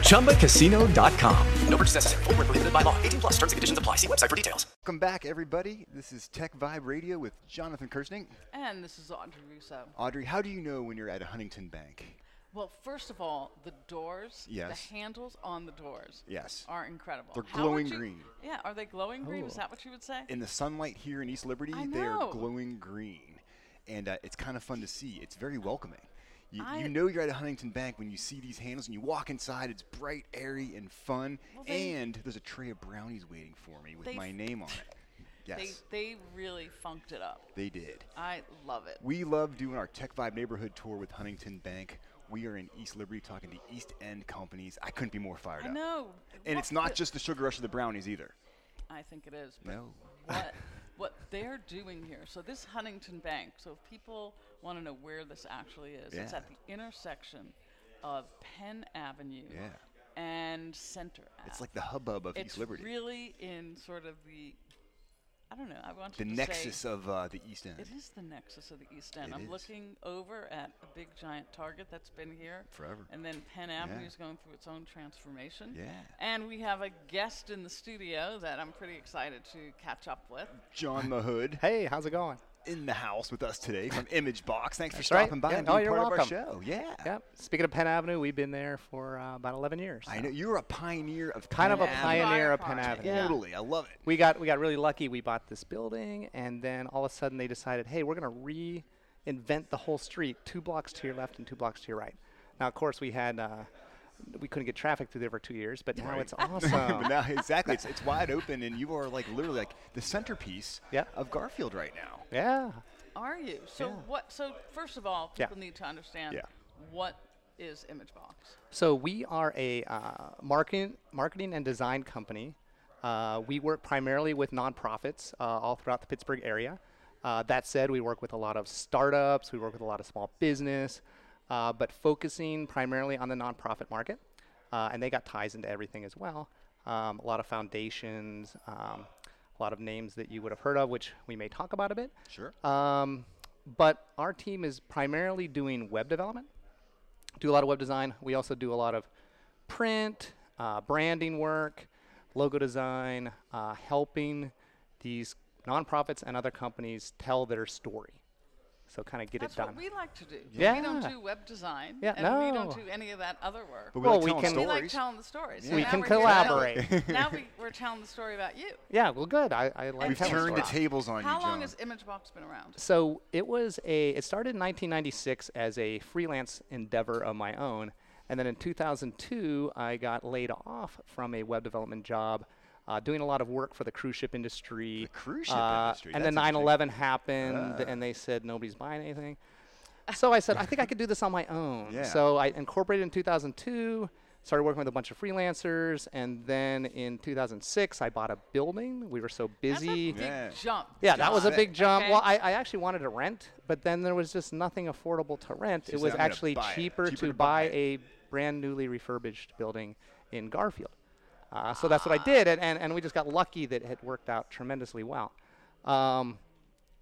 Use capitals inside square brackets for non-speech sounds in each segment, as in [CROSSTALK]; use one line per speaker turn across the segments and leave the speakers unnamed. ChumbaCasino.com. No purchase necessary. Void where prohibited by law. 18 plus terms and conditions apply. See website for details.
Welcome back, everybody. This is Tech Vibe Radio with Jonathan Kirsting.
And this is Audrey Russo.
Audrey, how do you know when you're at a Huntington Bank?
Well, first of all, the doors,
Yes.
the handles on the doors
Yes.
are incredible.
They're
How would
glowing
you-
green.
Yeah, are they glowing green? Is that what you would say?
In the sunlight here in East Liberty,
I
they are
know.
glowing green, and uh, it's kind of fun to see. It's very welcoming. You,
I-
you know you're at a Huntington Bank when you see these handles and you walk inside. It's bright, airy, and fun.
they-
and there's a tray of brownies waiting for me with
They-
my name on
[LAUGHS]
it. Yes,
They they really funked it up.
they did.
I love it.
We love doing our Tech Vibe neighborhood tour with Huntington Bank. We are in East Liberty talking to East End companies. I couldn't be more fired
I
up.
know.
And
What
it's not
the-
just the sugar rush of the brownies either.
I think it is. but
No. [LAUGHS]
What what they're doing here. So this Huntington Bank. So if people want to know where this actually is, it's
Yeah.
at the intersection of Penn Avenue
Yeah.
and Center.
It's
Ave.
like the hubbub of
it's
East Liberty,
really in sort of the I don't know. I want
the
to
nexus
say
of uh, the East End.
it is the nexus of the East End.
It
I'm
is.
looking over at a big giant Target that's been here
Forever.
and then Penn Avenue is going through its own transformation.
Yeah.
and we have a guest in the studio that I'm pretty excited to catch up with.
John Mahood
Hey, how's it going?
in the house with us today from Image Box. Thanks for
That's
stopping
right.
by
Yeah,
and
no,
being
you're
part
welcome.
of our show. Yeah.
Yep. Speaking of Penn Avenue, we've been there for uh, about 11 years.
I
so.
know you're a pioneer of
Kind of a
Penn Avenue.
pioneer of
Fire
Penn
project.
Avenue.
Yeah.
Totally, I love it.
We got we got really lucky. We bought this building, and then all of a sudden they decided, hey, we're going to reinvent the whole street, two blocks to your left and two blocks to your right. Now, of course, we had uh, we couldn't get traffic through there for two years, but now it's
[LAUGHS] [LAUGHS] but
awesome. [LAUGHS]
now, exactly, it's, it's wide open, and you are like literally like the centerpiece
Yeah.
of Garfield right now.
yeah.
Are you? So what? So first of all,
Yeah.
people need to understand
Yeah.
what is ImageBox.
So we are a uh, marketing, marketing and design company. Uh, we work primarily with nonprofits uh, all throughout the Pittsburgh area. Uh, that said, we work with a lot of startups. We work with a lot of small business, uh, but focusing primarily on the nonprofit market, uh, and they got ties into everything as well. Um, a lot of foundations, um, a lot of names that you would have heard of, which we may talk about a bit.
Sure.
Um, but our team is primarily doing web development do a lot of web design. We also do a lot of print, uh, branding work, logo design, uh, helping these nonprofits and other companies tell their story. So kind of get
That's
it done.
what we like to do. We
Yeah.
don't do web design.
Yeah,
and we don't
no.
do any of that other work.
But
Well,
we like
we
telling
can-
we
stories.
like telling the stories. So
We
now
can
we're here telling- [LAUGHS]
collaborate.
now we, we're telling the story about you.
yeah, well, good. I, I like
We've
telling
turned the
stories.
tables on
How
you,
long
John.
has ImageBox been around?
So it was a. It started in 1996 as a freelance endeavor of my own, and then in 2002 I got laid off from a web development job, uh, doing a lot of work for the cruise ship industry.
The cruise ship
uh,
industry,
And
that's
then
interesting. Ah.
9/11 happened, and they said nobody's buying anything. So I said I think I could do this on my own.
Yeah.
So I incorporated in 2002. Started working with a bunch of freelancers, and then in 2006, I bought a building. We were so
That's a
busy.
big
Yeah.
jump.
Yeah, that was a
Got it.
big jump.
Okay.
Well, I, I actually wanted to rent, but then there was just nothing affordable to rent.
said,
it was
"I'm gonna
actually
buy it.
cheaper,
Cheaper
to,
to buy
buy a brand newly refurbished building in Garfield. Uh, so that's
Ah.
what I did, and, and, and we just got lucky that it had worked out tremendously well. Um,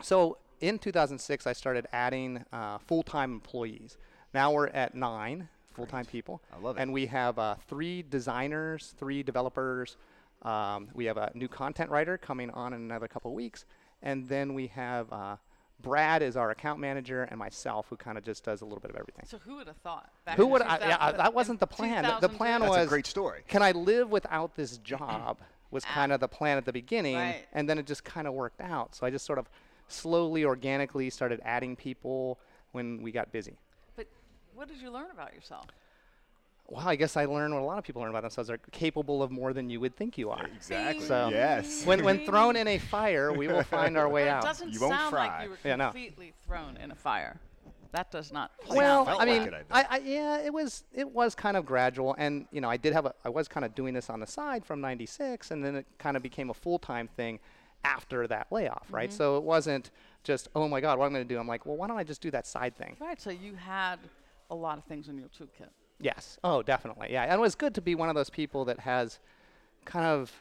so in 2006, I started adding uh, full time employees. Now we're at nine full time people.
I love it.
And we have uh, three designers, three developers. Um, we have a new content writer coming on in another couple of weeks. And then we have uh, Brad is our account manager and myself who kind of just does a little bit of everything.
So who would have thought? back
Who
in
would I,
2000
yeah, I- that
in
wasn't the plan. The- The
2002?
plan
That's
was
a great story.
Can I live without this job? Was kind of the plan at the beginning,
Ah. Right.
and then it just kind of worked out. So I just sort of slowly, organically started adding people when we got busy.
But what did you learn about yourself?
Wow, I guess I learned what a lot of people learn about themselves: they're capable of more than you would think you are.
Exactly.
So-
yes.
When,
[LAUGHS]
when thrown in a fire, we will find our way
But it
out.
doesn't
You won't
sound like
fry.
you were
Yeah, no.
completely thrown in a fire. That does not.
Well,
felt
I
like
mean,
it, I bet.
I, I, yeah, it was it was kind of gradual, and you know, I did have a, I was kind of doing this on the side from '96, and then it kind of became a full time thing, after that layoff, right?
Mm-hmm.
So it wasn't just, oh my God, what I'm going to do. I'm like, well, why don't I just do that side thing?
Right. So you had a lot of things in your toolkit.
Yes. Oh, definitely. Yeah. And it was good to be one of those people that has kind of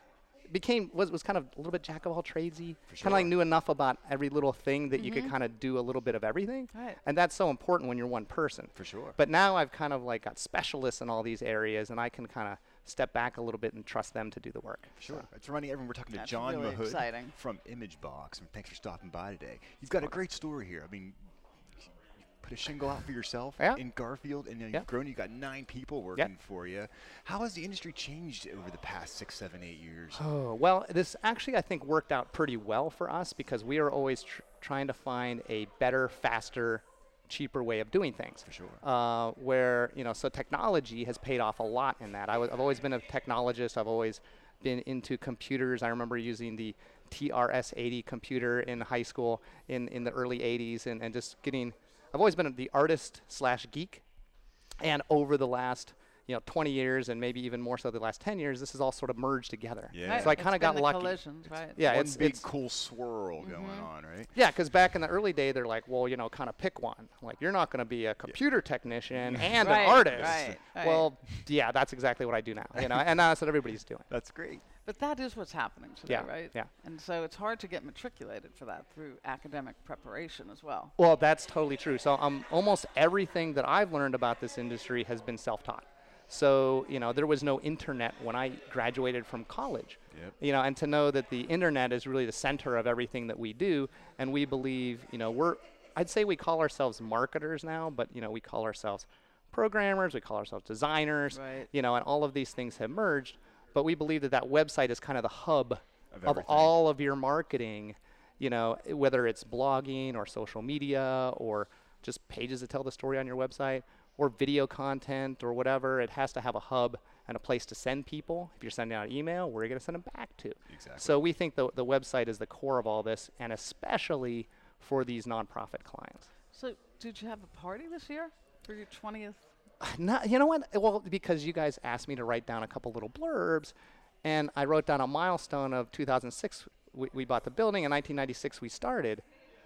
became was, was kind of a little bit jack of all tradesy. Kind of like knew enough about every little thing that you could kind of do a little bit of everything.
Right.
And that's so important when you're one person.
For sure.
But now I've kind of like got specialists in all these areas, and I can kind of step back a little bit and trust them to do the work.
Sure. It's reminding everyone we're talking to
That's
John
really
Mahood
exciting.
from ImageBox, and thanks for stopping by today. You've got a great story here. I mean, you put a shingle out for yourself
Yeah.
in Garfield, and now you've
Yeah.
grown. You've got nine people working for you. How has the industry changed over the past six, seven, eight years?
Oh, well, this actually, I think, worked out pretty well for us because we are always tr- trying to find a better, faster, cheaper way of doing things. For
sure.
Uh, where, you know, so technology has paid off a lot in that. i w- I've always been a technologist, I've always been into computers. I remember using the TRS 80 computer in high school in, in the early 80s and, and just getting, I've always been the artist slash geek and over the last you know 20 years and maybe even more so the last 10 years this is all sort of merged together
Yeah.
so i
It's
kind
been
of got
the
lucky
Collisions, right?
yeah
One
it's,
big
it's Mm-hmm.
cool swirl going on, right?
yeah because back in the early day they're like well you know kind of pick one like you're not going to be a
[LAUGHS]
computer technician and
Right,
an artist
right, right.
well yeah that's exactly what i do now you know and that's what everybody's doing
That's great.
But that is what's happening today,
Yeah,
right?
yeah.
And so it's hard to get matriculated for that through academic preparation as well.
Well, that's totally true. So um, almost everything that I've learned about this industry has been self-taught. So you know, there was no internet when I graduated from college.
Yep.
You know, and to know that the internet is really the center of everything that we do, and we believe, you know, we're I'd say we call ourselves marketers now, but you know, we call ourselves programmers, we call ourselves designers,
Right.
you know, and all of these things have merged. But we believe that that website is kind of the hub
Of
of
everything.
all of your marketing, you know, i- whether it's blogging or social media or just pages that tell the story on your website or video content or whatever, it has to have a hub and a place to send people. If you're sending out email, where are you going to send them back to?
Exactly.
So we think the, the website is the core of all this and especially for these nonprofit clients.
So did you have a party this year for your 20th?
Uh, Not, you know what? Well, because you guys asked me to write down a couple little blurbs, and I wrote down a milestone of 2006. We, we bought the building in 1996. We started,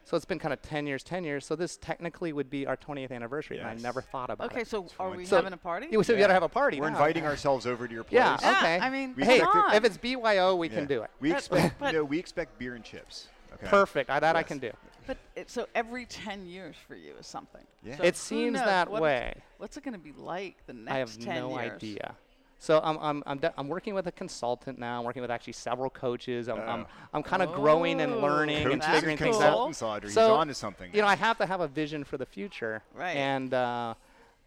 so it's been kind of 10 years, 10 years. So this technically would be our 20th anniversary, and
Yes.
I never thought about
Okay,
it.
so are we
So
having a party?
Yeah, we said we gotta have a party.
We're
now.
inviting ourselves over to your place.
Yeah.
Yeah,
Okay.
I mean,
We
hey,
come on.
if it's BYO, we can
Yeah.
do it.
We
But-
expect
but-
no. We expect beer and chips. Okay.
Perfect. I, that I
Yes.
can do.
But it, so every 10 years for you is something.
Yeah.
So
It
who
seems
knows
that
what it's-
way.
what's it going to be like the next
I have
10
no
years?
idea. So I'm I'm I'm, de- I'm working with a consultant now. I'm working with actually several coaches. I'm I'm, I'm kind of growing and
Oh.
learning
Uh. Coaches
and
That's
figuring
and
things out.
consultants, Audrey.
So,
He's on to something.
You know, I have to have a vision for the future.
Right.
And uh,